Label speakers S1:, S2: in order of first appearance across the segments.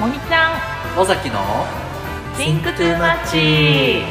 S1: もみちゃん
S2: 尾崎の
S1: Think Too Much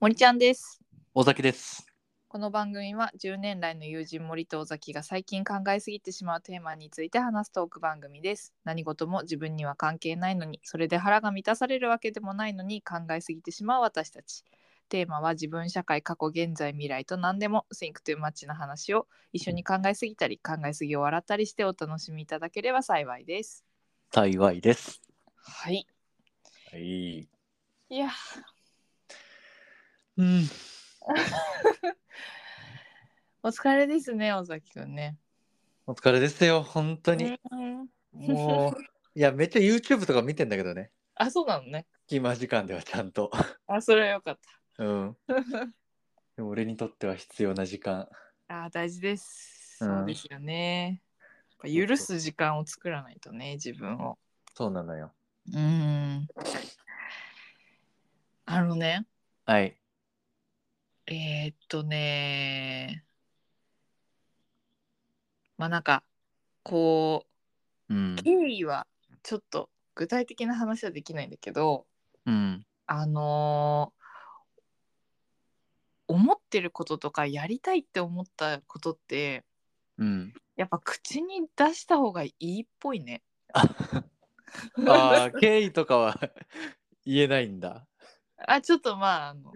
S1: 森ちゃんです
S2: 尾崎です
S1: この番組は10年来の友人森と尾崎が最近考えすぎてしまうテーマについて話すトーク番組です何事も自分には関係ないのにそれで腹が満たされるわけでもないのに考えすぎてしまう私たちテーマは自分社会過去現在未来と何でも Think to Much の話を一緒に考えすぎたり考えすぎを笑ったりしてお楽しみいただければ幸いです
S2: 幸いです
S1: はい
S2: はい
S1: いや
S2: うん
S1: お疲れですね尾崎くんね
S2: お疲れですよ本当に、
S1: うん
S2: もういやめっちゃ YouTube とか見てんだけどね
S1: あそうなのね
S2: 隙間時間ではちゃんと
S1: あそれはよかっ
S2: うんでも俺にとっては必要な時間
S1: たあ大事です
S2: うん
S1: そうですよね、やっぱ許す時間を作らないとね自分を
S2: そうなのよ
S1: うんあのね
S2: はい
S1: えーっとねまあなんかこ
S2: うん
S1: う経緯はちょっと具体的な話はできないんだけど
S2: うん
S1: あのー思ってることとかやりたいって思ったことって
S2: うん
S1: やっぱ口に出した方がいいっぽいね。
S2: ああー経緯とかは言えないんだ
S1: あちょっとまああの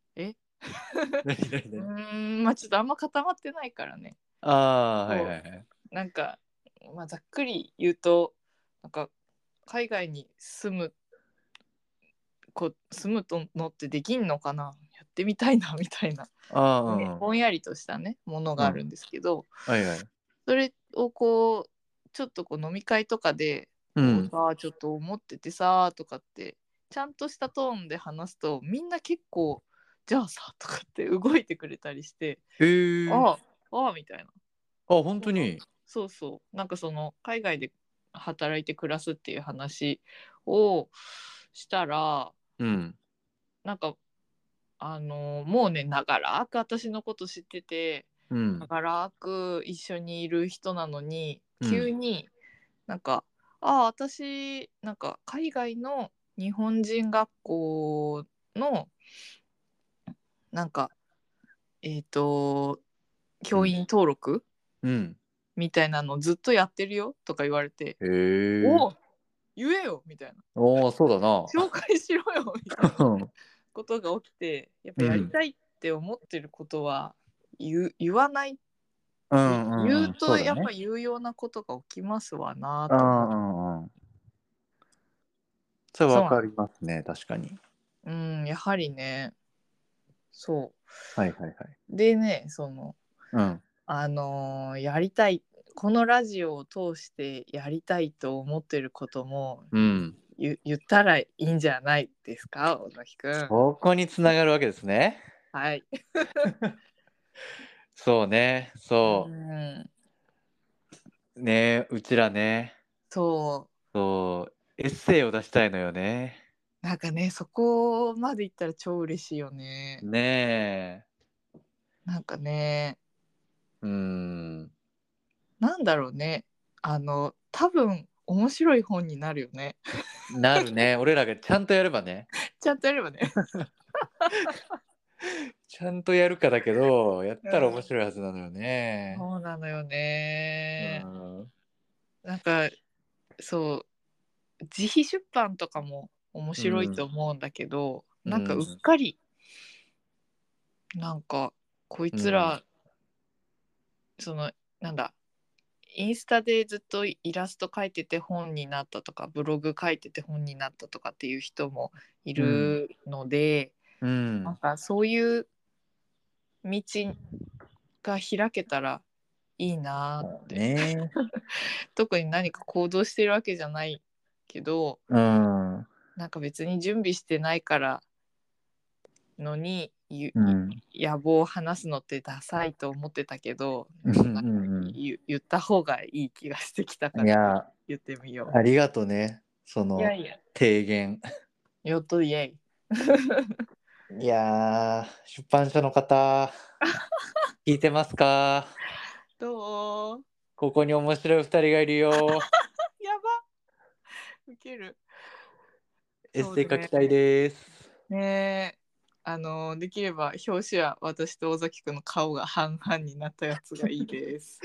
S2: 何何
S1: う
S2: 何
S1: ーんまあちょっとあんま固まってないからね
S2: ああーはいはいはい
S1: なんか、まあ、ざっくり言うとなんか海外に住むこ住むとのってできんのかなやってみたいなみ たいな、
S2: あーうんうん
S1: ぼんやりとしたねものがあるんですけど、
S2: はいはい
S1: それをこうちょっとこう飲み会とかで
S2: う
S1: 「
S2: ん
S1: さあちょっと思っててさ」とかってちゃんとしたトーンで話すとみんな結構「じゃあさ」とかって動いてくれたりして
S2: へえ
S1: 「
S2: ー、あ
S1: ああああ」みたいな。
S2: 本当に
S1: そうそうなんかその海外で働いて暮らすっていう話をしたら
S2: うん
S1: なんかあのもうね長らく私のこと知ってて
S2: うん
S1: 長らく一緒にいる人なのに
S2: うん
S1: 急になんか「ああ私なんか海外の日本人学校のなんかえっ、と教員登録、
S2: うん
S1: みたいなのずっとやってるよとか言われて
S2: へえ
S1: 「おう言えよ」みたいな
S2: おおそうだ
S1: 「 紹介しろよ」みたいな
S2: なうん
S1: ことが起きてやっぱやりたいって思ってることは言う言わない、
S2: うんうん
S1: 言うとやっぱ
S2: り
S1: 有用なことが起きますわな
S2: う
S1: と
S2: んう
S1: 思っ
S2: んうんそれわかりますね確かに
S1: て、うん、やはりねそ
S2: はいはいはい、
S1: うでねその
S2: うん、
S1: あのーやりたいこのラジオを通してやりたいと思ってることも
S2: うん
S1: 言言ったらいいんじゃないですか小崎くん。
S2: そこにつながるわけですね
S1: はい
S2: そうねそうう、
S1: ん、
S2: ねうちらね
S1: そ
S2: そうエッセイを出したいのよね
S1: うなんかねそこまで行ったら超嬉しいよね
S2: ねえ
S1: なんかね
S2: うん
S1: なんだろうねあの多分面白い本になるよね
S2: なるね俺らがちゃんとやればね
S1: ちゃんとやればね
S2: ちゃんとやるかだけどやったら面白いはずなのよね、
S1: そうなのよね
S2: う、ん
S1: なんかそう自費出版とかも面白いと思うんだけど、
S2: うん
S1: なんかうっかり、なんかこいつら、そのなんだインスタでずっとイラスト描いてて本になったとかブログ書いてて本になったとかっていう人もいるので、
S2: うん
S1: なんかそういう道が開けたらいいなーって、
S2: ね
S1: 特に何か行動してるわけじゃないけど
S2: うんう
S1: なんか別に準備してないからのにゆ
S2: ん
S1: 野望を話すのってダサいと思ってたけど、
S2: うんうんうん
S1: ゆ言った方がいい気がしてきたか
S2: い
S1: ら
S2: や
S1: 言ってみよ。
S2: ありがとねそうの
S1: いやいや、
S2: 提言
S1: よっとイエイ。
S2: いやー出版社の方聞いてますか
S1: どう
S2: ここに面白い二人がいる よ。
S1: やばウケる
S2: エ
S1: そ
S2: ッ
S1: う
S2: セ
S1: ね
S2: イ書きたいです。
S1: ねえあのできれば表紙は私と尾崎くんの顔が半々になったやつがいいです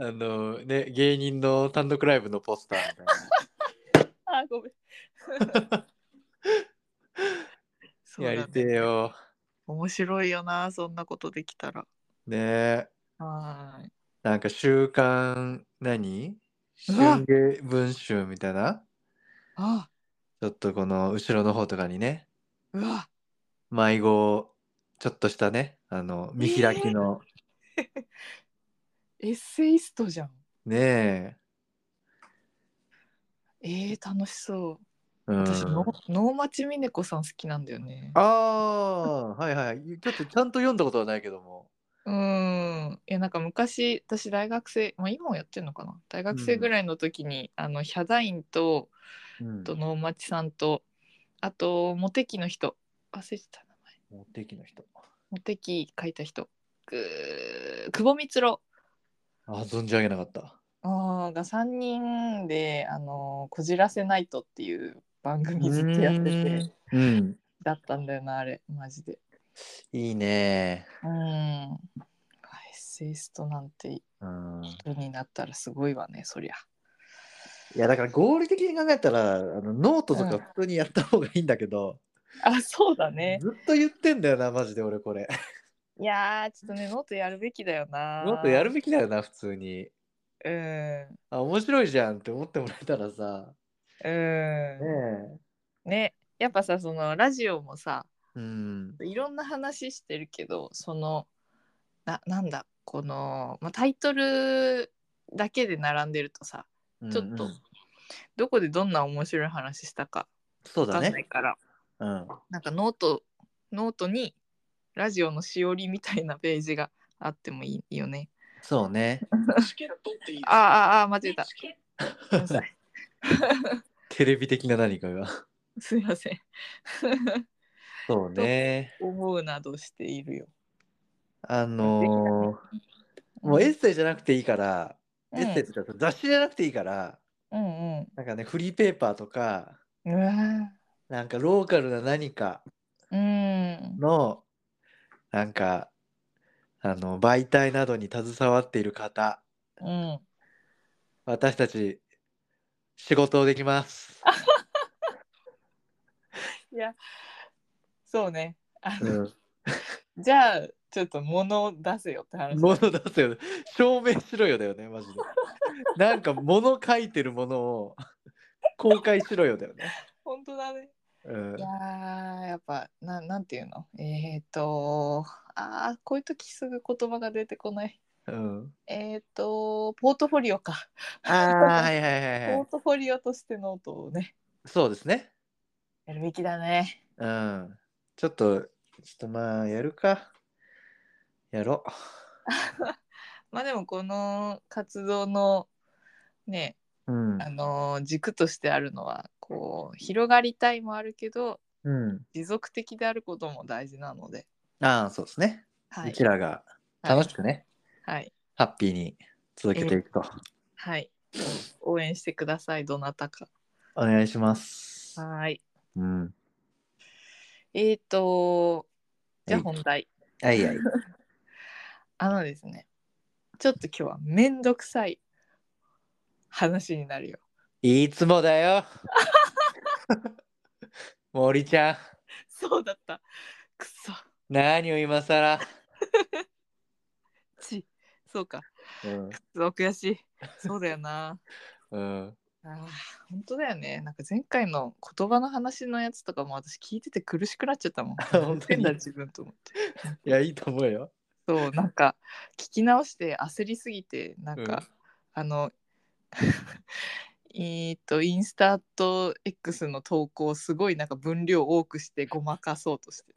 S2: あのね、芸人の単独ライブのポスターみたい
S1: あごめ んそう
S2: な。
S1: だ、ね、
S2: やりてえよ。
S1: 面白いよなそんなことできたら
S2: ねえ
S1: はーい
S2: なんか週刊何
S1: うわ
S2: 春芸文集みたいな
S1: あ
S2: ちょっとこの後ろの方とかにね、
S1: うわ
S2: 迷子、ちょっとしたね、あの、見開きの、
S1: エッセイストじゃん
S2: ね
S1: えー、楽しそう
S2: え。うん、
S1: 私、の能町みね子さん好きなんだよね
S2: ああ、はいはい。ちょっとちゃんと読んだことはないけども。
S1: うーんいやなんか昔私大学生、まあ、今もやってるのかな大学生ぐらいの時に、あのヒャダインと
S2: うん
S1: と能町さんとあとモテキの人忘れてた名前
S2: 持ってきの人。
S1: モテキ書いた人く久保光郎
S2: あ、存じ上げなかった。
S1: あーが3人で「あのこじらせナイト」っていう番組ずっとやってて
S2: うん。
S1: だったんだよなあれマジで
S2: いいね。
S1: うんエッセイストなんて
S2: うん。
S1: 人になったらすごいわねそりゃ
S2: いや、だから合理的に考えたら、あのノートと
S1: う
S2: か
S1: ん
S2: 普通にやった方がいいんだけど、
S1: あそうだね
S2: ずっと言ってんだよな、マジで俺これ。
S1: いやーちょっとねノートやるべきだよな
S2: ノートやるべきだよな、普通に。
S1: うん
S2: あ、面白いじゃんって思ってもらえたらさ。
S1: うん
S2: ねえ。
S1: ねやっぱさそのラジオもさ
S2: うん。
S1: いろんな話してるけどそのななんだこの、まあ、タイトルだけで並んでるとさちょっと
S2: うんうん
S1: どこでどんな面白い話したか
S2: そう
S1: 分か
S2: だ
S1: んない
S2: ね。
S1: から、
S2: うん。
S1: なんかノートノートにラジオのしおりみたいなページがあってもいいよね。
S2: そう ね。
S1: ああああ間違えた。ごめんなさい
S2: テレビ的な何かが。
S1: すいません。
S2: そうね。
S1: 思うなどしているよ。
S2: あのーもうエッセイじゃなくていいから、エッセイとか雑誌じゃなくていいから、
S1: うんうん
S2: なんかね、フリーペーパーとか、
S1: うん。うわー
S2: なんかローカルな何か
S1: うん。
S2: の、なんか、あの、媒体などに携わっている方、
S1: うん。
S2: 私たち、仕事をできます。
S1: いや、そうね。あ
S2: う
S1: の
S2: ん
S1: じゃあ、ちょっと物を出せよって話。
S2: 物出せよね。証明しろよだよね、マジで。なんか、物書いてるものを公開しろよだよね。
S1: 本当だね。
S2: うん
S1: いやー、やっぱ、なん、なんていうのえっ、ー、とあー、こういう時すぐ言葉が出てこない。
S2: うん、
S1: えっ、ー、とポートフォリオか。
S2: ああ、はいはいはい
S1: ポ
S2: はい
S1: ー。トフォリオとしてノートをね、
S2: そうですね。
S1: やるべきだね。
S2: うん。ちょっと、ちょっとまあ、やるか。やろ
S1: まあでも、この活動の、ね、
S2: う。うん
S1: あのー軸としてあるのは、こう、広がりたいもあるけど、
S2: うん。
S1: 持続的であることも大事なので。
S2: ああ、そうですね。
S1: は
S2: う
S1: い
S2: ち。らが楽しくね、
S1: はい。
S2: ハッピーに続けていくと。
S1: はい。応援してください、どなたか。
S2: お願いします。
S1: はい。
S2: うん。
S1: えっ、ー、と、じゃあ
S2: はい
S1: 本題。
S2: はいはい。
S1: あのですね、ちょっと今日はめんどくさい話になるよ。
S2: いつもだ よ。森ちゃん、
S1: そうだった。くそ。
S2: 何を今更。
S1: ち。そうか。
S2: うん。
S1: そう悔しい。そうだよな。
S2: うん。
S1: あー本当だよね。なんか前回の言葉の話のやつとかも私聞いてて苦しくなっちゃった もん。
S2: 本当に
S1: 変だ自分と思って。
S2: いや、いいと思うよ。
S1: そうなんか聞き直して焦りすぎてなんか、
S2: うん
S1: あの えっとインスタと X の投稿をすごいなんか分量多くしてごまかそうとして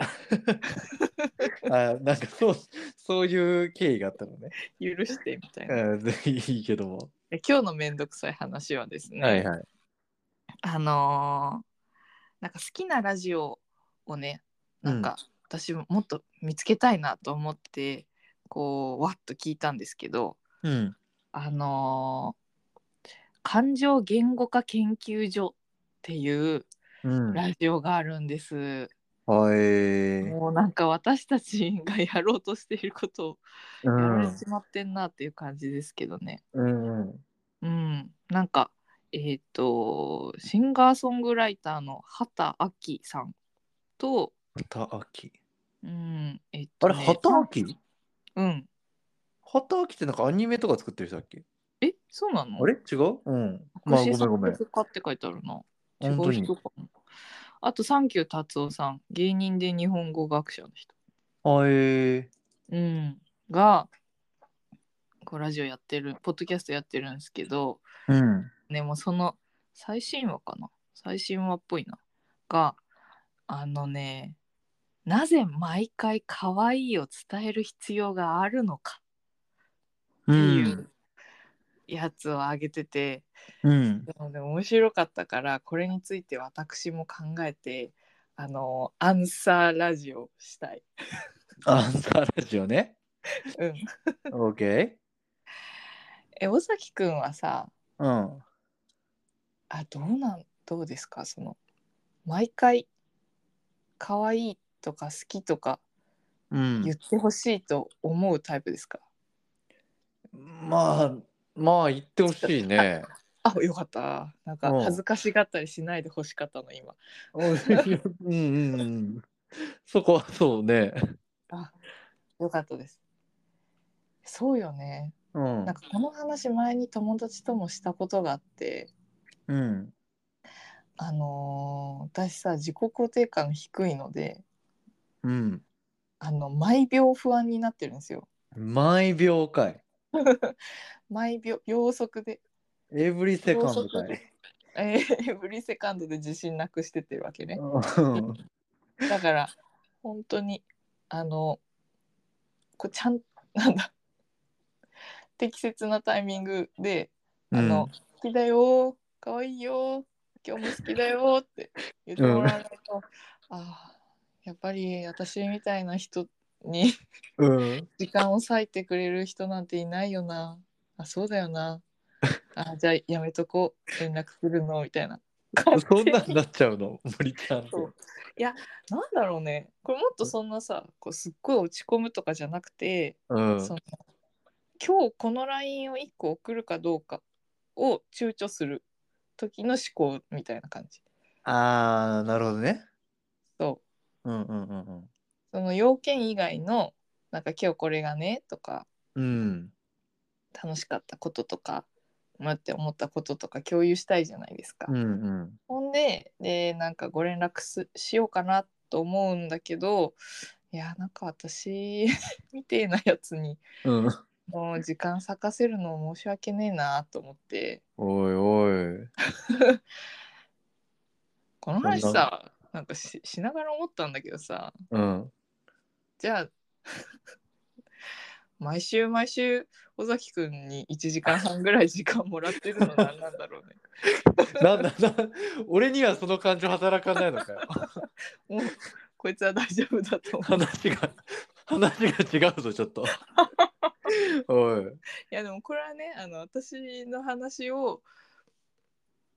S2: あなんかそう、そういう経緯があったのね。
S1: 許してみたいな、
S2: うん、いいけども。
S1: で今日のめんどくさい話はですね、
S2: はいはい。
S1: あのーなんか好きなラジオをねなんか私ももっと見つけたいなと思ってこうわっと聞いたんですけど
S2: うん。
S1: あのー感情言語化研究所っていう
S2: うん。
S1: ラジオがあるんです。
S2: はい。う
S1: もうなんか私たちがやろうとしていることをやられ
S2: ん
S1: てしまってんなっていう感じですけどね。
S2: うん。うん。
S1: うん、なんかえっ、とシンガーソングライターの畑亜紀さんと、
S2: 畑秋。
S1: うんえっ
S2: あ
S1: と
S2: れ、
S1: ね
S2: 畑秋
S1: うん。
S2: 畑秋ってなんかアニメとか作ってる人だっけ
S1: えそうなの
S2: あれ違ううん。まあ、ごめんごめん。
S1: 作家って書いてあるな。違
S2: 本当
S1: う
S2: に
S1: 人。かな。あと、サンキュー達夫さん、芸人で日本語学者の人、
S2: はい。
S1: うん、が、こうラジオやってる、ポッドキャストやってるんですけど、
S2: うん。
S1: でもその最新話かな最新話っぽいな。が、あのね、なぜ毎回可愛いを伝える必要があるのか
S2: う
S1: ってい
S2: ん
S1: う。やつを挙げてて、
S2: うん。
S1: なので面白かったからこれについて私も考えてあのアンサーラジオしたい。
S2: アンサーラジオね。
S1: うん、
S2: オーケ
S1: え尾崎くんはさ
S2: ー。うん。
S1: あどうなんどうですかその毎回可愛いとか好きとか
S2: うん
S1: 言ってほしいと思うタイプですか、
S2: まあ、まあ言ってほしい ね。
S1: あ よかったなんか
S2: うん
S1: 恥ずかしがったりしないでほしかったの今。
S2: うんうんうん。そこはそうね。
S1: あよかったです。そうよね
S2: うん
S1: なん。かこの話前に友達ともしたことがあって。
S2: うん。
S1: あのー私さ自己肯定感が低いので
S2: うん。
S1: あの毎秒不安になってるんですよ
S2: 毎秒かい。
S1: 毎秒秒速で、
S2: エブリセカンドかい。
S1: えー、 エブリセカンドで自信なくしてってるわけね
S2: うん
S1: だから本当にあのこうちゃんなんだ適切なタイミングで「あの、好きだよ可愛いよ今日も好きだよ」って言ってもらわないと、あーやっぱり私みたいな人に
S2: うん。うん。
S1: 時間を割いてくれる人なんていないよな。あ、そうだよな。 あ、じゃあやめとこう。連絡するのみたいな。
S2: そんなんなっちゃうの、森ちゃんって。
S1: そういや、なんだろうね。これもっとそんなさ、こうすっごい落ち込むとかじゃなくて、
S2: うん
S1: そ。の今日この LINE を1個送るかどうかを躊躇する時の思考みたいな感じ。
S2: ああ、なるほどね。
S1: そう。
S2: うんうんうん
S1: その要件以外の、なんか今日これがねとか、
S2: うん。
S1: 楽しかったこととか、待って思ったこととか共有したいじゃないですか。
S2: うん。うんうん。
S1: ほんで、で、なんかご連絡すしようかなと思うんだけど、いや、なんか私 みてえなやつに、
S2: うん。
S1: もう時間割かせるの申し訳ねえなと思って、
S2: おいおい。
S1: この話さ、なんかししながら思ったんだけどさ、
S2: うん。
S1: じゃあ、 毎週毎週、尾崎くんに1時間半ぐらい時間もらってるの何なんだろうね。
S2: なんだな、俺にはその感情働かないのかよ。
S1: もう、こいつは大丈夫だと思う。
S2: 話が、話が違うぞ、ちょっと。おい。
S1: いやでもこれはねあの私の話を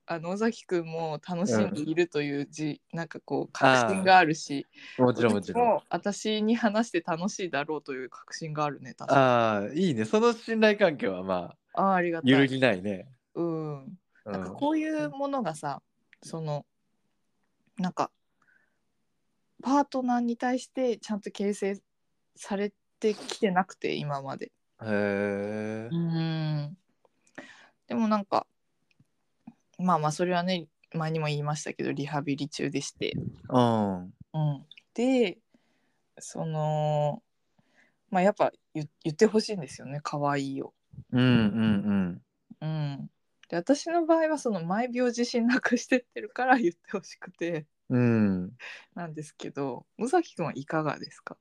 S1: あの尾崎くんも楽しんでいるという字、なんかこう確信があるし
S2: もちろんもちろん。
S1: も私に話して楽しいだろうという確信があるね確かに
S2: ああ、いいね。その信頼関係はまあ、
S1: ああありがたい
S2: 揺るぎないね。
S1: うん、
S2: う
S1: なんか
S2: ん。
S1: こういうものがさそのなんかパートナーに対してちゃんと形成されてきてなくて今まで
S2: へえ
S1: う。ーんでもなんかまあまあそれはね前にも言いましたけどリハビリ中でして、
S2: うん。
S1: うん、でそのまあやっぱ言言ってほしいんですよね可愛いよ。
S2: うんうん
S1: うん、で私の場合はその毎秒自信なくしてってるから言ってほしくて
S2: うん。うん。
S1: なんですけど宇崎くんはいかがですか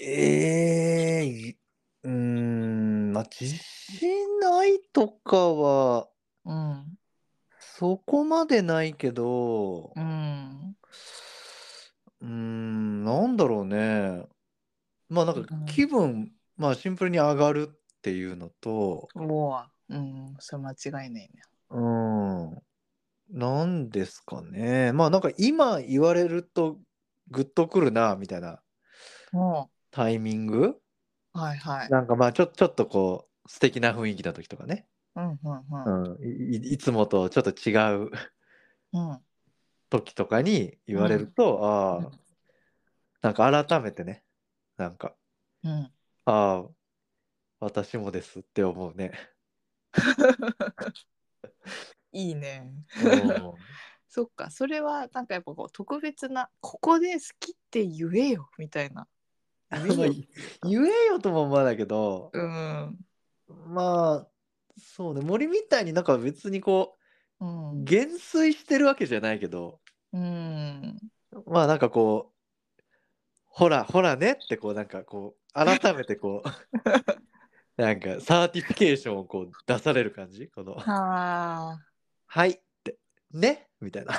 S2: ええうーん、まあ、自信ないとかは、
S1: うん
S2: そこまでないけど、
S1: うん
S2: うーん、なんだろうねまあなんか
S1: うん
S2: 気分まあシンプルに上がるっていうのと
S1: もう、うん、それ間違いないね。
S2: うんなんですかねまあなんか今言われるとグッとくるなみたいな
S1: も
S2: タイミング
S1: う、はいはい。
S2: なんかまあちょちょっとこう素敵な雰囲気の時とかね、
S1: うんうん
S2: う、
S1: うん。
S2: いいいつもとちょっと違うん
S1: うん。
S2: 時とかに言われると、ああなんか改めてねなんか
S1: うん。
S2: ああ私もですって思うね。
S1: いいね。
S2: うん
S1: そっか、それはなんかやっぱこう特別な、ここで好きって言えよみたいな。
S2: まあ
S1: 言えよ
S2: 言えよとも思わないけど
S1: うん。
S2: まあそうね森みたいになんか別にこ
S1: う。
S2: うん減衰してるわけじゃないけど
S1: うん。
S2: まあなんかこうほらほらねってこうなんかこう改めてこ うなんかサーティフィケーションをこう出される感じこの「
S1: は
S2: はい」って「ね」みたいな
S1: あ。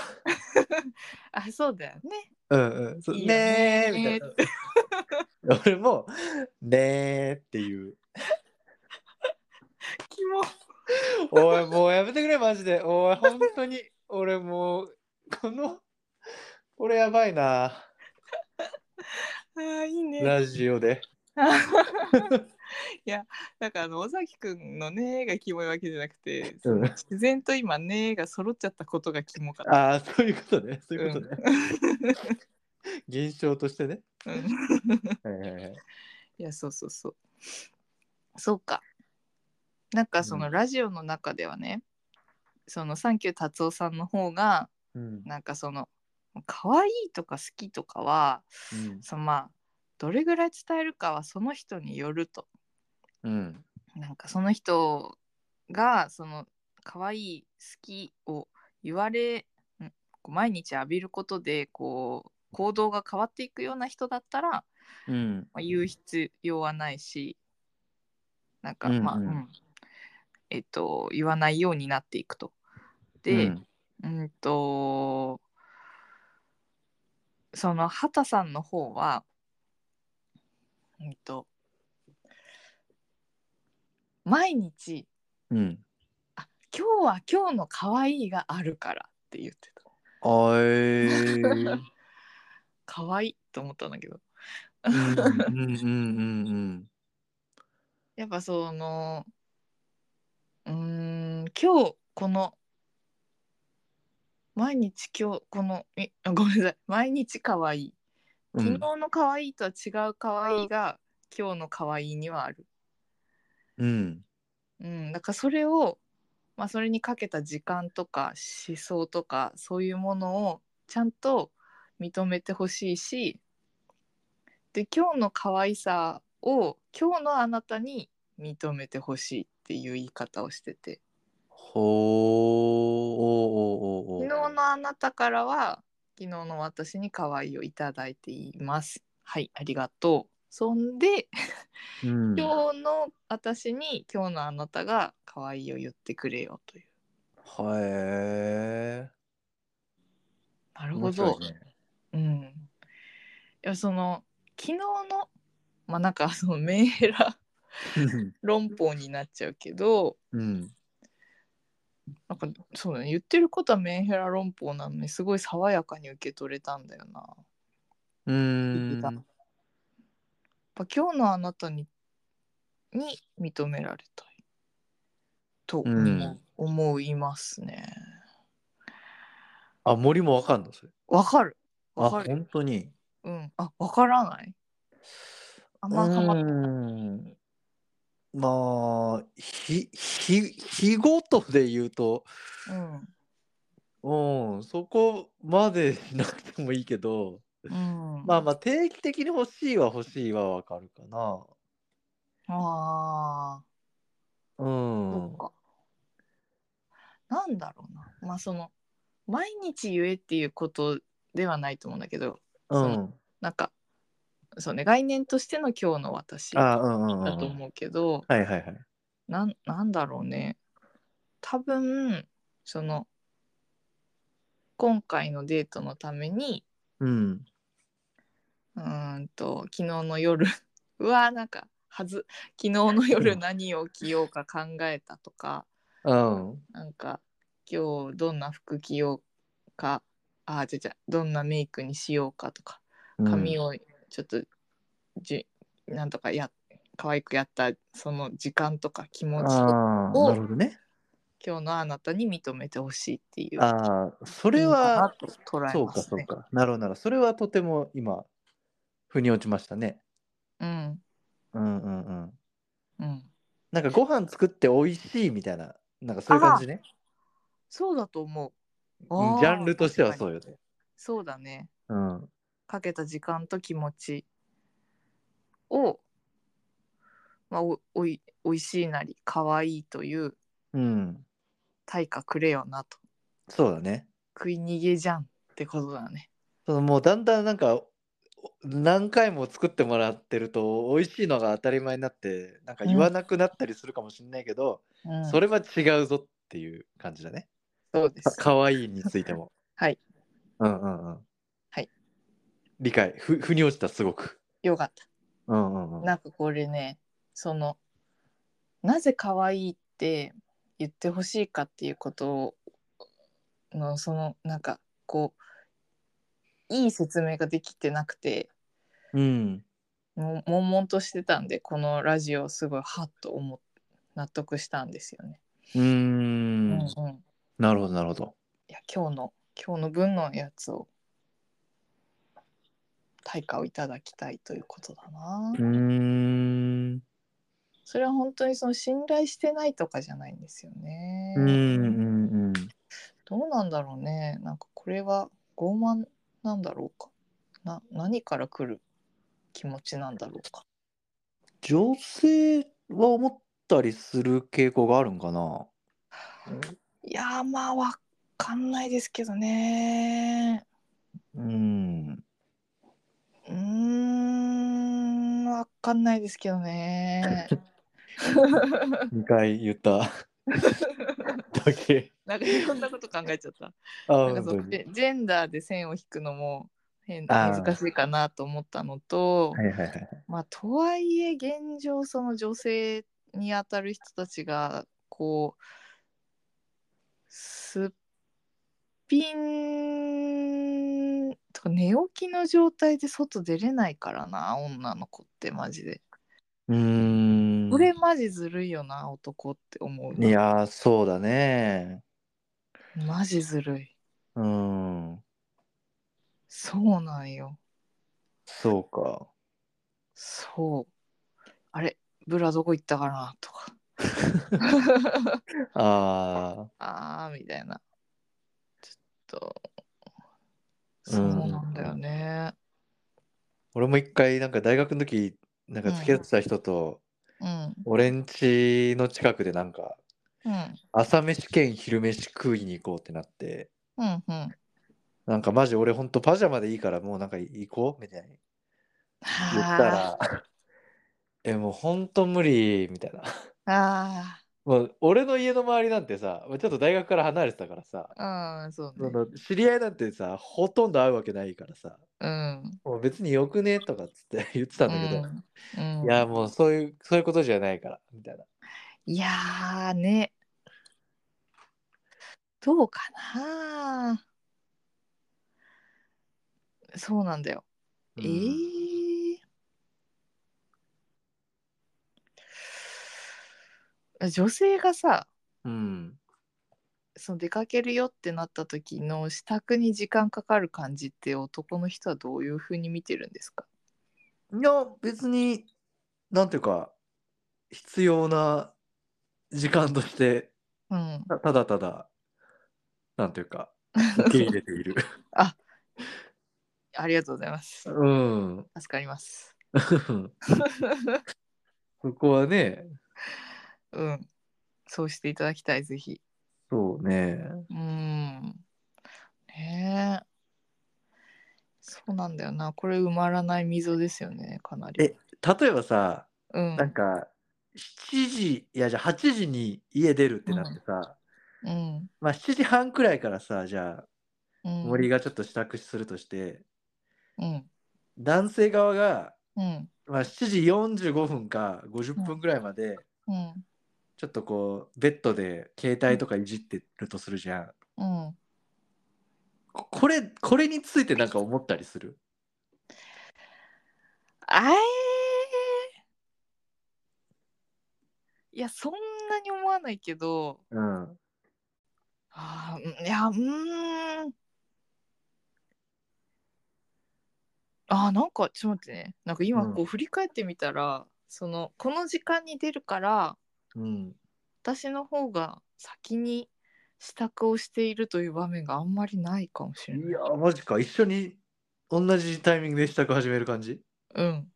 S1: あ、そうだよね。
S2: 「うんうんそう
S1: いいよ
S2: ね
S1: ね
S2: ー」みたいな 俺も「ねー」っていう
S1: キモ。
S2: 「おいもうやめてくれマジでおい本当に俺もうこの俺やばいな
S1: あーいいね。
S2: ラジオで
S1: いや、なんかあの尾崎くんのねがキモいわけじゃなくて、
S2: うん
S1: 自然と今ねが揃っちゃったことがキモかった。
S2: ああそういうことねそういうことね、現象としてね
S1: うんうん
S2: はいはいはい
S1: いやそうそうそうそうかなんかその
S2: うん
S1: ラジオの中ではね、そのサンキュー達夫さんの方が
S2: うん
S1: なんかその可愛いとか好きとかはそのまあどれぐらい伝えるかはその人によると
S2: うん
S1: なんかその人がその可愛い好きを言われんこう毎日浴びることでこう行動が変わっていくような人だったら
S2: うん
S1: まあ、言う必要はないしなんか
S2: うんうん
S1: まあ、うんえっと言わないようになっていくと。で、
S2: う
S1: うん
S2: ん、
S1: とその畑さんの方はうんと毎日
S2: うん、
S1: あ「今日は今日の可愛いがあるから」って言ってた。
S2: あえー
S1: 可愛いと思ったんだけど
S2: うんうんうん
S1: やっぱそのうーん今日この毎日今日このえあごめんなさい毎日可愛い
S2: うんう
S1: 昨
S2: ん
S1: 日の可愛いとは違う可愛いが、今日の可愛いにはある
S2: うん
S1: うんだからそれをまあそれにかけた時間とか思想とかそういうものをちゃんと認めてほしいしで今日の可愛さを今日のあなたに認めてほしいっていう言い方をしてて
S2: ほーおーおーおーおー
S1: 昨日のあなたからは昨日の私に可愛いをいただいていますはいありがとうそんで
S2: うん
S1: 今日の私に今日のあなたが可愛いを言ってくれよという
S2: はえ
S1: なる
S2: ー
S1: ほ
S2: 面
S1: ど、
S2: 白いね
S1: うん。いやその昨日のまあなんかそのメンヘラ論法になっちゃうけど
S2: うん
S1: なんかそうだね言ってることはメンヘラ論法なのにすごい爽やかに受け取れたんだよな。やっ
S2: う
S1: いた
S2: ん
S1: ぱ今日のあなたにに認められたいと
S2: うん
S1: 思いますね。
S2: あ森もわかんのそれ
S1: わ、かるわ
S2: あ
S1: かる。
S2: 本当に
S1: うん。あわからないあんまハマ
S2: うーんまあひひ日ごとで言うと
S1: うん。
S2: うん、そこまでしなくてもいいけど、
S1: うん、
S2: まあまあ定期的に欲しいは欲しいはわかるかな。
S1: ああ。
S2: う
S1: そ
S2: ん
S1: う。か。なんだろうな。まあその毎日言えっていうことではないと思うんだけど、
S2: う
S1: そ
S2: ん。
S1: なんかそうね概念としての今日の私だ
S2: あ、うんうんうん。
S1: と思うけど、
S2: はいはいはい。
S1: なんなんだろうね。多分その今回のデートのために
S2: うん。
S1: うーんと昨日の夜 うわーなんかはず昨日の夜
S2: うん
S1: 何を着ようか考えたとか
S2: うん。
S1: なんか今日どんな服着ようかあじゃじゃどんなメイクにしようかとか髪
S2: を。
S1: をちょっとじ、なんとかや可愛くやったその時間とか気持ちとか
S2: ああ、なるほどね。
S1: 今日のあなたに認めてほしいっていう
S2: ああ、そ
S1: そ
S2: れは、
S1: 捉えます、ね、
S2: そうかそうか。なるほどなるほど。それはとても今、腑に落ちましたね。
S1: うん
S2: うんうんうん。
S1: うん
S2: なんかご飯作って美味しいみたいな、なんかそういう感じね。
S1: そうだと思う
S2: うんジャンルとしてはそううよね。
S1: そうだね
S2: うん。
S1: かけた時間と気持ちを、まあ、おおいおいしいなり可愛いという
S2: うん。
S1: 対価くれよなと
S2: そうだね。
S1: 食い逃げじゃんってことだね
S2: そのもうだんだんなんかお何回も作ってもらってると美味しいのが当たり前になってなんか言わなくなったりするかもしれないけど、
S1: うん
S2: それは違うぞっていう感じだね。
S1: そうで
S2: か
S1: す
S2: かわいいについても。
S1: はい。
S2: うんうんうん。
S1: はい。
S2: 理解ふ腑に落ちたすごく。
S1: よかっ
S2: うんうんう
S1: た
S2: ん。
S1: なんかこれねそのなぜ可愛いって言ってほしいかっていうことのそのなんかこういい説明ができてなくて
S2: うん。
S1: も悶々としてたんでこのラジオすごいハッと思っ納得したんですよね。
S2: うー
S1: うん
S2: ん。
S1: うん、い
S2: なるほどなるほど。
S1: や今日の今日の分のやつを対価をいただきたいということだな。
S2: うーん。う
S1: それは本当にその信頼してないとかじゃないんですよね。
S2: んうんうん。
S1: どうなんだろうね。なんかこれは傲慢なんだろうか。な何から来る気持ちなんだろうか。
S2: 女性は思ったりする傾向があるんかな。
S1: いやーまあわかんないですけどね。
S2: うん。
S1: うーん、わかんないですけどね。
S2: 2回言った。だけ。
S1: なんかいろんなこと考えちゃった。
S2: あ、
S1: な
S2: 本
S1: んかそ
S2: 当
S1: うジ
S2: に。
S1: ェジェンダーで線を引くのも変
S2: あー
S1: 難しいかなと思ったのと、
S2: はいはいはい。
S1: まあとはいえ現状その女性にあたる人たちがこうすっぴんとか寝起きの状態で外出れないからな女の子ってマジで。
S2: うーん。
S1: これマジずるいよな男って思う
S2: いやー、そうだね。
S1: マジずるい
S2: うん。
S1: そうなんよ
S2: そうか。
S1: そうあれブラどこ行ったかなとか
S2: あ
S1: あーみたいなちょっと
S2: うん
S1: そうなんだよね
S2: ー俺も一回、なんか大学の時、なんか付き合ってた人と、
S1: うん
S2: 俺ん家の近くでなんか、
S1: うん
S2: 朝飯兼昼飯食いに行こうってなって、
S1: うんうん
S2: なんかマジ俺ほんとパジャマでいいからもうなんか行こうみたいに言った
S1: あ
S2: ら、 え、もうほんと無理みたいな。
S1: あ
S2: もう俺の家の周りなんてさ、まあちょっと大学から離れてたからさ、
S1: ーうんそう
S2: そ
S1: ね
S2: の知り合いなんてさ、ほとんど会うわけないからさ、
S1: うん
S2: もう別によくねとかっつって言ってたんだけど、
S1: うんうん
S2: いやもうそういう、そういうことじゃないから、みたいな。
S1: いやーねどうかなそうなんだよ、
S2: うん
S1: えー、女性がさ
S2: うん。
S1: その出かけるよってなった時の支度に時間かかる感じって男の人はどういうふうに見てるんですか
S2: いや、別に、なんていうか、必要な時間として、
S1: うん
S2: たただただ、なんていうか、受け入れている。
S1: ありがとうございます
S2: うん。
S1: 助かります
S2: そこはね、
S1: うんそうしていただきたいぜひ
S2: そうね。
S1: うん。ねえ。そうなんだよな。これ埋まらない溝ですよね、かなり。
S2: え、例えばさ、
S1: うん。
S2: なんか7時いやじゃあ8時に家出るってなってさ、
S1: うん。
S2: まあ7時半くらいからさじゃあ
S1: うん。
S2: 森がちょっと支度するとして、
S1: うん。
S2: 男性側が、
S1: うん
S2: まあ、7時45分か50分ぐらいまで、
S1: うん
S2: ちょっとこうベッドで携帯とかいじってるとするじゃん。
S1: うん
S2: ここれこれについてなんか思ったりする
S1: あえーいやそんなに思わないけど
S2: うん。
S1: あーうんいやうーんあーなんかちょっと待ってねなんか今
S2: うん
S1: こう振り返ってみたら、そのこの時間に出るから
S2: うん。
S1: 私の方が先に支度をしているという場面があんまりないかもしれない
S2: いやーマジか一緒に同じタイミングで支度始める感じ
S1: うん。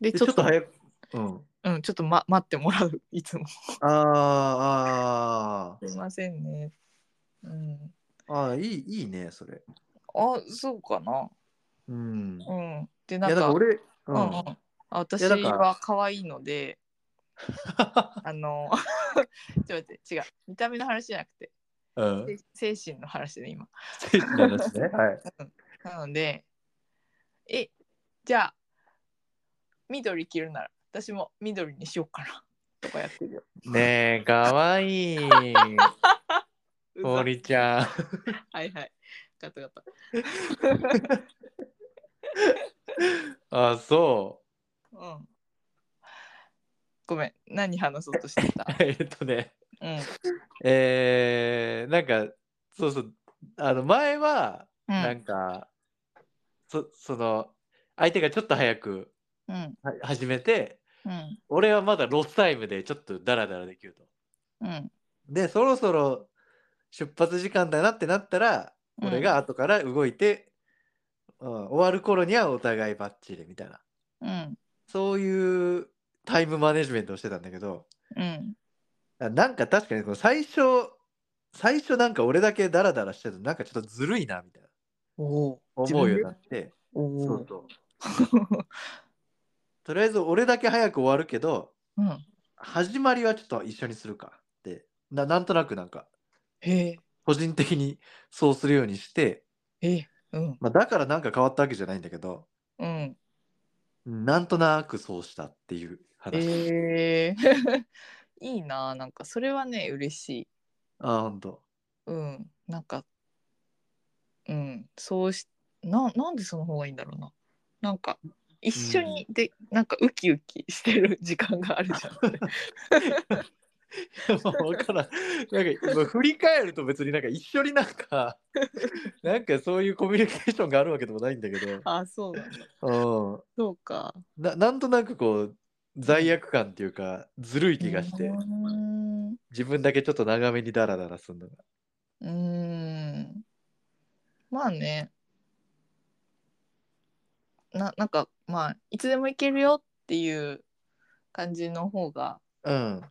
S1: で、
S2: で
S1: ち
S2: ち
S1: ょ
S2: ょ
S1: っと、
S2: っと早く。うん。
S1: うん、ちょっと、ま、待ってもらう、いつも。
S2: あー
S1: すいませんね。うん。
S2: あーあーいいいいねそれ。
S1: あ、そうかな。
S2: うん。い
S1: うん。で、な
S2: や
S1: ん
S2: だか
S1: か、
S2: ら俺、うん
S1: うんうん、あ私
S2: いやだから
S1: は可愛い ので、あの、 ちょっと待って、違う。見た目の話じゃなくて、
S2: うん。
S1: せ精神の話で、今。
S2: 精神の話ね。はい。
S1: なので、え、じゃあ、緑着るなら、私も緑にしようかな。とかやっ てるよ。
S2: ねえ、かわいい。
S1: うざ
S2: 森ちゃん。
S1: はいはい。ガタガタ。
S2: あ、そ
S1: うん。ごめん、何話そうとしてた
S2: う。。 えっとね、
S1: うん。
S2: えー、なんか、そうそう、あの、前は、
S1: う。
S2: なんんか、そその、相手がちょっと早く
S1: うん。
S2: は始めて、
S1: うん。
S2: 俺はまだロスタイムでちょっとダラダラできると。
S1: うん。
S2: で、そろそろ出発時間だなってなったら、
S1: うん
S2: 俺が後から動いて、うん終わる頃にはお互いバッチリみたいな。
S1: うん。
S2: そういうタイムマネジメントをしてたんだけど、
S1: うん。
S2: あなんか確かにこの最初、最初なんか俺だけダラダラしてるとなんかちょっとずるいなみたいな
S1: おお。
S2: 思うようになって、
S1: お
S2: そう
S1: お。
S2: そう。とりあえず俺だけ早く終わるけど、
S1: うん。
S2: 始まりはちょっと一緒にするかって、ななんとなくなんか
S1: へえ。
S2: 個人的にそうするようにして、
S1: ええ。うん。
S2: まあ、だからなんか変わったわけじゃないんだけど、
S1: うん。
S2: なんとなくそうしたっていう話。
S1: ええ。 いいなあ、なんかそれはね、嬉しい。
S2: あ、ほん と。
S1: うん。なんか。うん。そうし。な、なんでその方がいいんだろうな。なんか。一緒にで、なんかウキウキしてる時間があるじゃん。
S2: もう分からん。なんかもう振り返ると別になんか一緒になんか、なんかそういうコミュニケーションがあるわけでもないんだけ
S1: あ、そうなんだ。
S2: ど、
S1: そうか。
S2: うん、ななんとなくこう、罪悪感っていうか、ずるい気がして
S1: う、ーん。う
S2: 自分だけちょっと長めにダラダラするのが。
S1: ーん。まあね。な、なんか、まあ、いつでも行けるよっていう感じの方が、
S2: うん。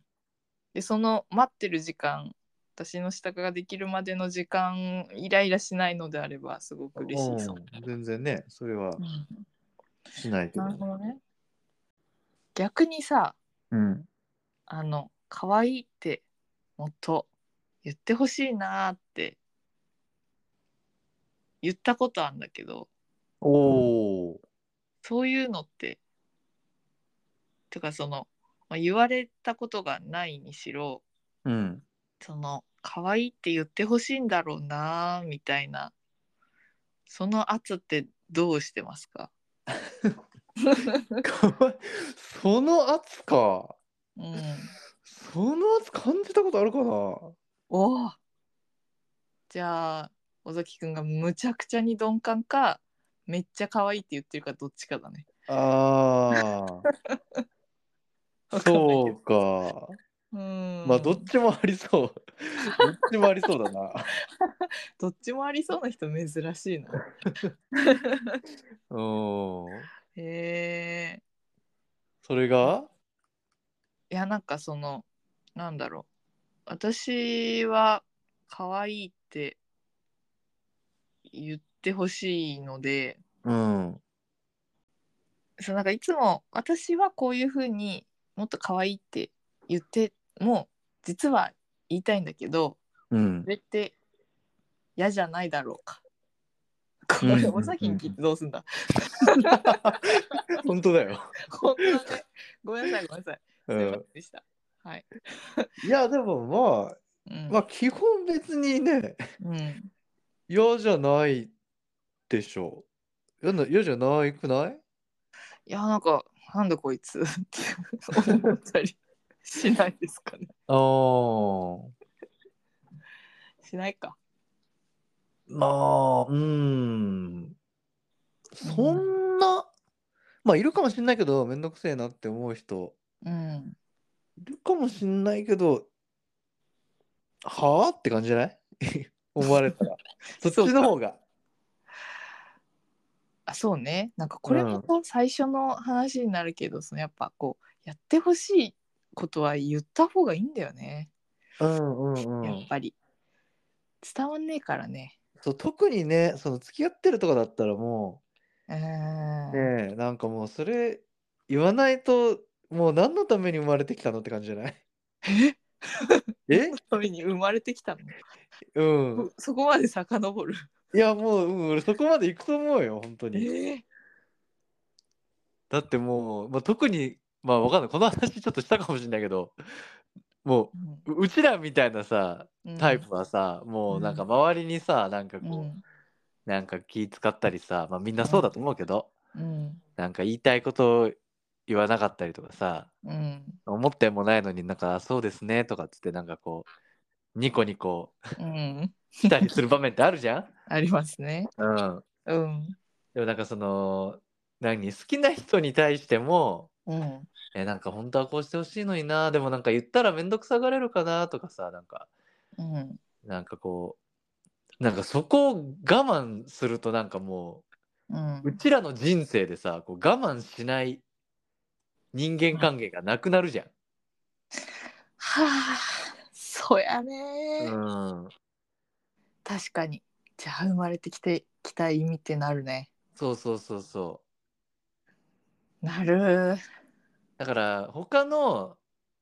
S1: で、その待ってる時間、私の支度ができるまでの時間、イライラしないのであれば、すごく嬉しいそう。
S2: うん全然ね、それは
S1: うん
S2: しないけど
S1: な。るほどね。逆にさ、
S2: うん。
S1: あの、可愛いって、もっと言ってほしいなーって、言ったことあんだけど、
S2: おお。
S1: そういうのって、てかその、まあ、言われたことがないにしろ、
S2: うん。
S1: その、可愛いって言ってほしいんだろうなーみたいな、その圧ってどうしてますか
S2: かわい その圧か。
S1: うん。
S2: その圧感じたことあるかな
S1: おおじゃあ、尾崎くんがむちゃくちゃに鈍感か、めっちゃ可愛いって言ってるかどっちかだね。
S2: ああ。
S1: わかんない
S2: そうか。
S1: うん。
S2: まあ、どっちもありそう。 どっちもありそうだな。
S1: どっちもありそうな人珍しいな。
S2: うん。そ
S1: へえ。
S2: れが
S1: いやなんかそのなんだろう私は可愛いって言ってほしいので
S2: うん。
S1: そうなんかいつも私はこういう風にもっと可愛いって言っても実は言いたいんだけど
S2: うん
S1: そ。れって嫌じゃないだろうかこ
S2: うんうん
S1: れ
S2: うん
S1: 尾崎に聞いてどうすんだ
S2: 本当だよ、
S1: 本当だねごめんなさいごめんな
S2: う
S1: さい、すいませ
S2: ん
S1: ん、でしたはい、
S2: いやでもまあ
S1: うん
S2: まあ基本別にね
S1: うん、
S2: 嫌じゃないでしょう嫌な嫌じゃないくない
S1: いやなんかなんだこいつって思ったりしないですか ね
S2: ああ
S1: しないか
S2: まあ、うん。そんな、まあ、いるかもしんないけど、めんどくせえなって思う人、
S1: うん
S2: いるかもしんないけど、はあって感じじゃない 思われた ら。そっちの方が。
S1: あそうねなんかこれもこう最初の話になるけど、そのやっぱこうやってほしいことは言った方がいいんだよね、
S2: うんうんう
S1: やっ
S2: ん。
S1: ぱり伝わんねえからね
S2: そう特にね、その付き合ってるとかだったらも
S1: うーん
S2: う、ねえ、なんかもうそれ言わないと、もう何のために生まれてきたのって感じじゃないえ
S1: そういうふうに生まれてきたの、
S2: うん。
S1: そこまで遡る
S2: いや、もう、うん、俺そこまで行くと思うよ、本当に。
S1: え
S2: だってもう、まあ、特にまあわかんないこの話ちょっとしたかもしれないけどもうううちらみたいなさ
S1: うん
S2: タイプはさ、もうなんか
S1: うん
S2: 周りにさなんかこ
S1: う
S2: う、
S1: ん
S2: なんか気使ったりさ、まあ、みんなそうだと思うけど、
S1: うん
S2: なんか言いたいことを言わなかったりとかさ
S1: うん
S2: 思ってもないのになんかあ「そうですね」とかっつってなんかこうニコニコ
S1: うん
S2: したりする場面ってあるじゃん、
S1: ありますね
S2: うん、
S1: うん
S2: でもなんかその何好きな人に対しても
S1: うん
S2: えなんか本当はこうしてほしいのになでもなんか言ったら面倒くさがれるかなとかさなんか
S1: うん
S2: なんかこうなんかそこを我慢するとなんかも
S1: うん
S2: ううちらの人生でさこう我慢しない人間関係がなくなるじゃん。
S1: はあそやね
S2: うん、
S1: 確かにじゃあ生まれてきてきた意味ってなるね
S2: そうそうそうそ
S1: なる
S2: うだから他の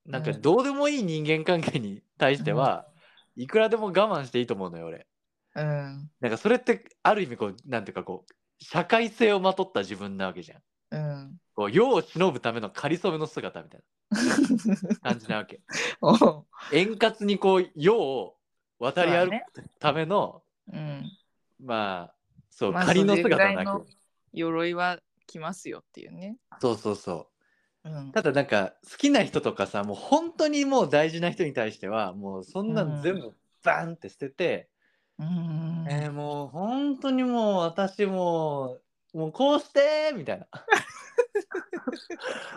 S2: なんか
S1: うん
S2: どうでもいい人間関係に対しては、いくらでも我慢していいと思うのよ俺。
S1: うん
S2: なんかそれってある意味こうなんていうかこう社会性をまとった自分なわけじゃん。
S1: うん
S2: こう世を忍ぶための仮初めの姿みたいな感じなわ け
S1: おう
S2: 円滑にこう世を渡り歩
S1: そうだね
S2: くための、
S1: うん
S2: まあそう、
S1: まあ
S2: 仮の
S1: それぐら
S2: 姿な
S1: い
S2: く
S1: の鎧は来ますよっていうね
S2: そうそうそ
S1: うん
S2: うただなんか好きな人とかさもう本当にもう大事な人に対してはもうそんな
S1: うん
S2: ん全部バンって捨てて、
S1: うん
S2: えーもう本当にもう私もうもうこうしてみたいな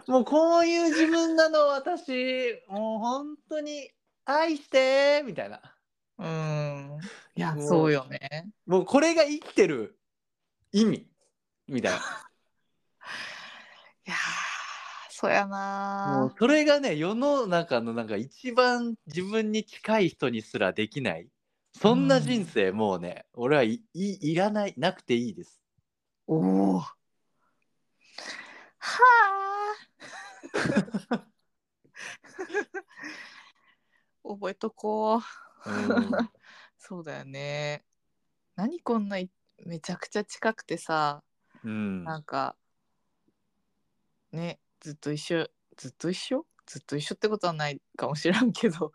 S2: もうこういう自分なの私もう本当に愛してみたいな
S1: うんいや
S2: もう
S1: そうよね
S2: もうこれが生きてる意味みたい
S1: いやーそや
S2: なもう
S1: な
S2: それがね世の中のなんか一番自分に近い人にすらできないそんな人生もうね、俺はいいいらないなくていいです
S1: おおはあ覚えとこう
S2: うん、
S1: そうだよね。何こんないめちゃくちゃ近くてさ、
S2: うん、
S1: なんかねずっと一緒ずっと一緒ずっと一緒ってことはないかもしらんけど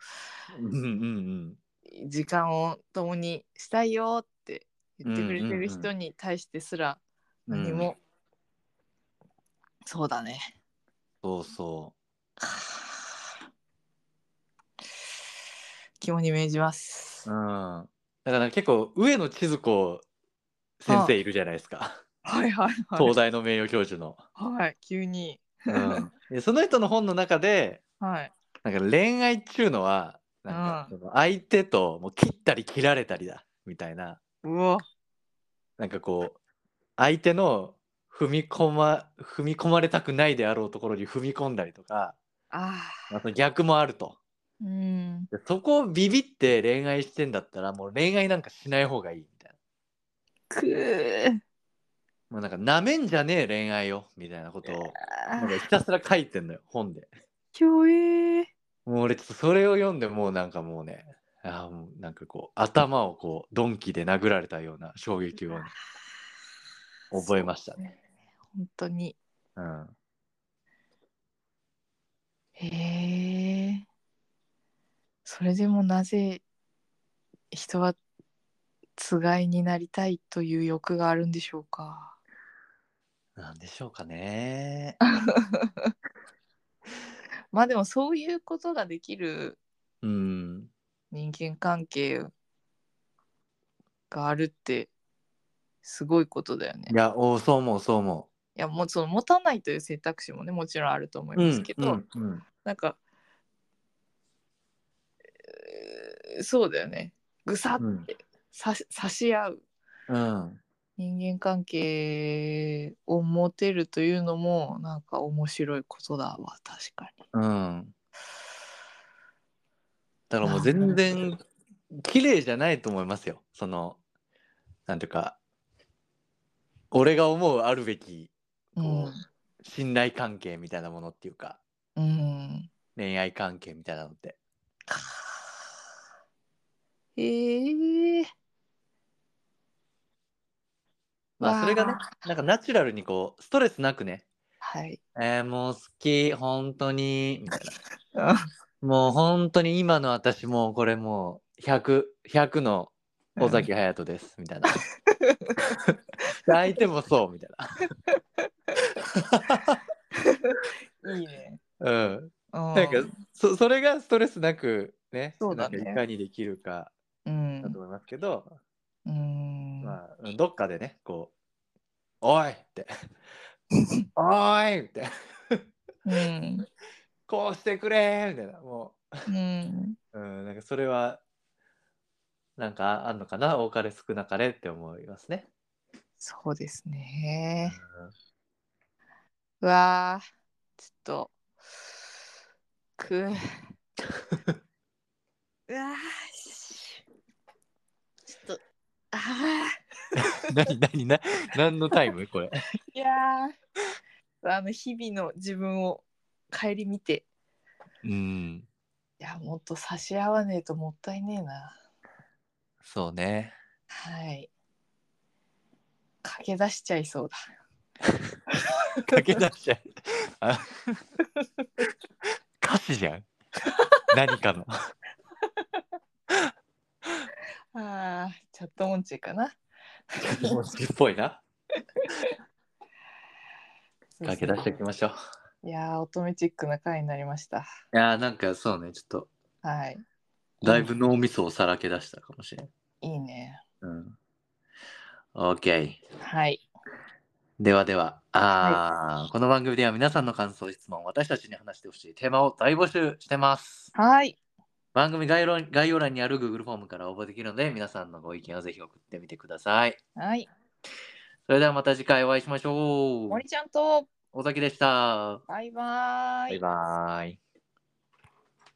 S2: う んうんうん
S1: 時間を共にしたいよって言ってくれてる
S2: うんうん
S1: 人に対してすら
S2: うん
S1: 何も、そうだね。
S2: そうそ
S1: 肝に銘じます
S2: う。う。ん。だから結構上野千鶴子先生いるじゃないですか。
S1: はいはい は
S2: 東
S1: い。
S2: 大の名誉教授の。
S1: はい、急に。
S2: うん、 でその人の本の中で
S1: はい。
S2: なんか恋愛っちゅうのはなんかその相手ともう切ったり切られたりだみたいな
S1: うわ。
S2: なんかこう相手の踏み込ま踏み込まれたくないであろうところに踏み込んだりとか、
S1: ああ。
S2: まあ、その逆もあると。
S1: うん。
S2: でそこをビビって恋愛してんだったらもう恋愛なんかしない方がいいみたいな。
S1: くー。
S2: もうなんか、なめんじゃねえ恋愛よ、みたいなことを、なんかひたすら書いてんのよ、本で。
S1: 今日
S2: もう俺、ちょっとそれを読んで、もうなんかもうね、 あーもうなんかこう、頭をこう、鈍器で殴られたような衝撃をね、覚えましたね。
S1: 本当に。
S2: うん。
S1: へえ。それでもなぜ人はつがいになりたいという欲があるんでしょうか。
S2: なんでしょうかね。
S1: まあでもそういうことができる
S2: うん。
S1: 人間関係があるってすごいことだよね。
S2: いや、おそう思う、そう思。
S1: いやもうその持たないという選択肢もねもちろんあると思いうますけ
S2: う
S1: ど、
S2: んうん
S1: なんか、えーそうだよねぐさっ
S2: うん
S1: てさし差し合う
S2: うん。
S1: 人間関係を持てるというのもなんか面白いことだわ確かに。
S2: うん。だからもう全然綺麗じゃないと思いますよ。その、なんていうか、俺が思うあるべきこ信頼関係みたいなものっていうか、
S1: うん、うん
S2: 恋愛関係みたいなのって。
S1: ええ
S2: まあそれがね
S1: わ、
S2: なんかナチュラルにこう、ストレスなくね、
S1: はい。
S2: えー、もう好き、本当に、みたいな。
S1: うん
S2: もう本当に今の私もうこれもう100、100の尾崎隼人です、みたいな。 で相手もそう、みたい
S1: うんいいね。
S2: な。うん。
S1: な
S2: なんか、そそれがストレスなくね、
S1: そうだね
S2: なんかいかにできるか
S1: うん
S2: だと思いますけど、
S1: うん、
S2: まあ、どっかでね、こう、おい って、おいって、
S1: うん、
S2: こうしてくれみたいな、も
S1: うん、
S2: う、うん、なんかそれは、なんかあんのかな、多かれ少なかれって思いますね。
S1: そうですね。うわあ、ちょっと。く。 うわあ、しちょっと。ああ、
S2: 何何何何のタイムこれ。
S1: いやー。あの日々の自分を。顧みて。
S2: うん。
S1: いや、もっと差し合わねえともったいねえな。
S2: そうね。
S1: はい。駆け出しちゃいそうだ。
S2: 駆け出しちゃう。あ歌詞じゃん。何かの。
S1: ああ、チャットモンチーかな。
S2: もう好きっぽいな。
S1: そう
S2: 駆け
S1: そう
S2: 出していきましょう。
S1: いやー、乙女チックな回になりました。
S2: いやーなんかそうね、ちょっと。
S1: はい。
S2: だいぶ脳みそをさらけ出したかもしれん。
S1: いいね。
S2: うん。OK。
S1: はい。
S2: ではでは、あーこの番組では皆さんの感想、質問、私たちに話してほしいテーマを大募集してます。
S1: はい。
S2: 番組概要欄概要欄にある Google フォームから応募できるので、皆さんのご意見をぜひ送ってみてください。
S1: はい。
S2: それではまた次回お会いしましょう。
S1: 森ちゃんと、
S2: 尾崎でした。
S1: バイバーイ。
S2: バイバイ。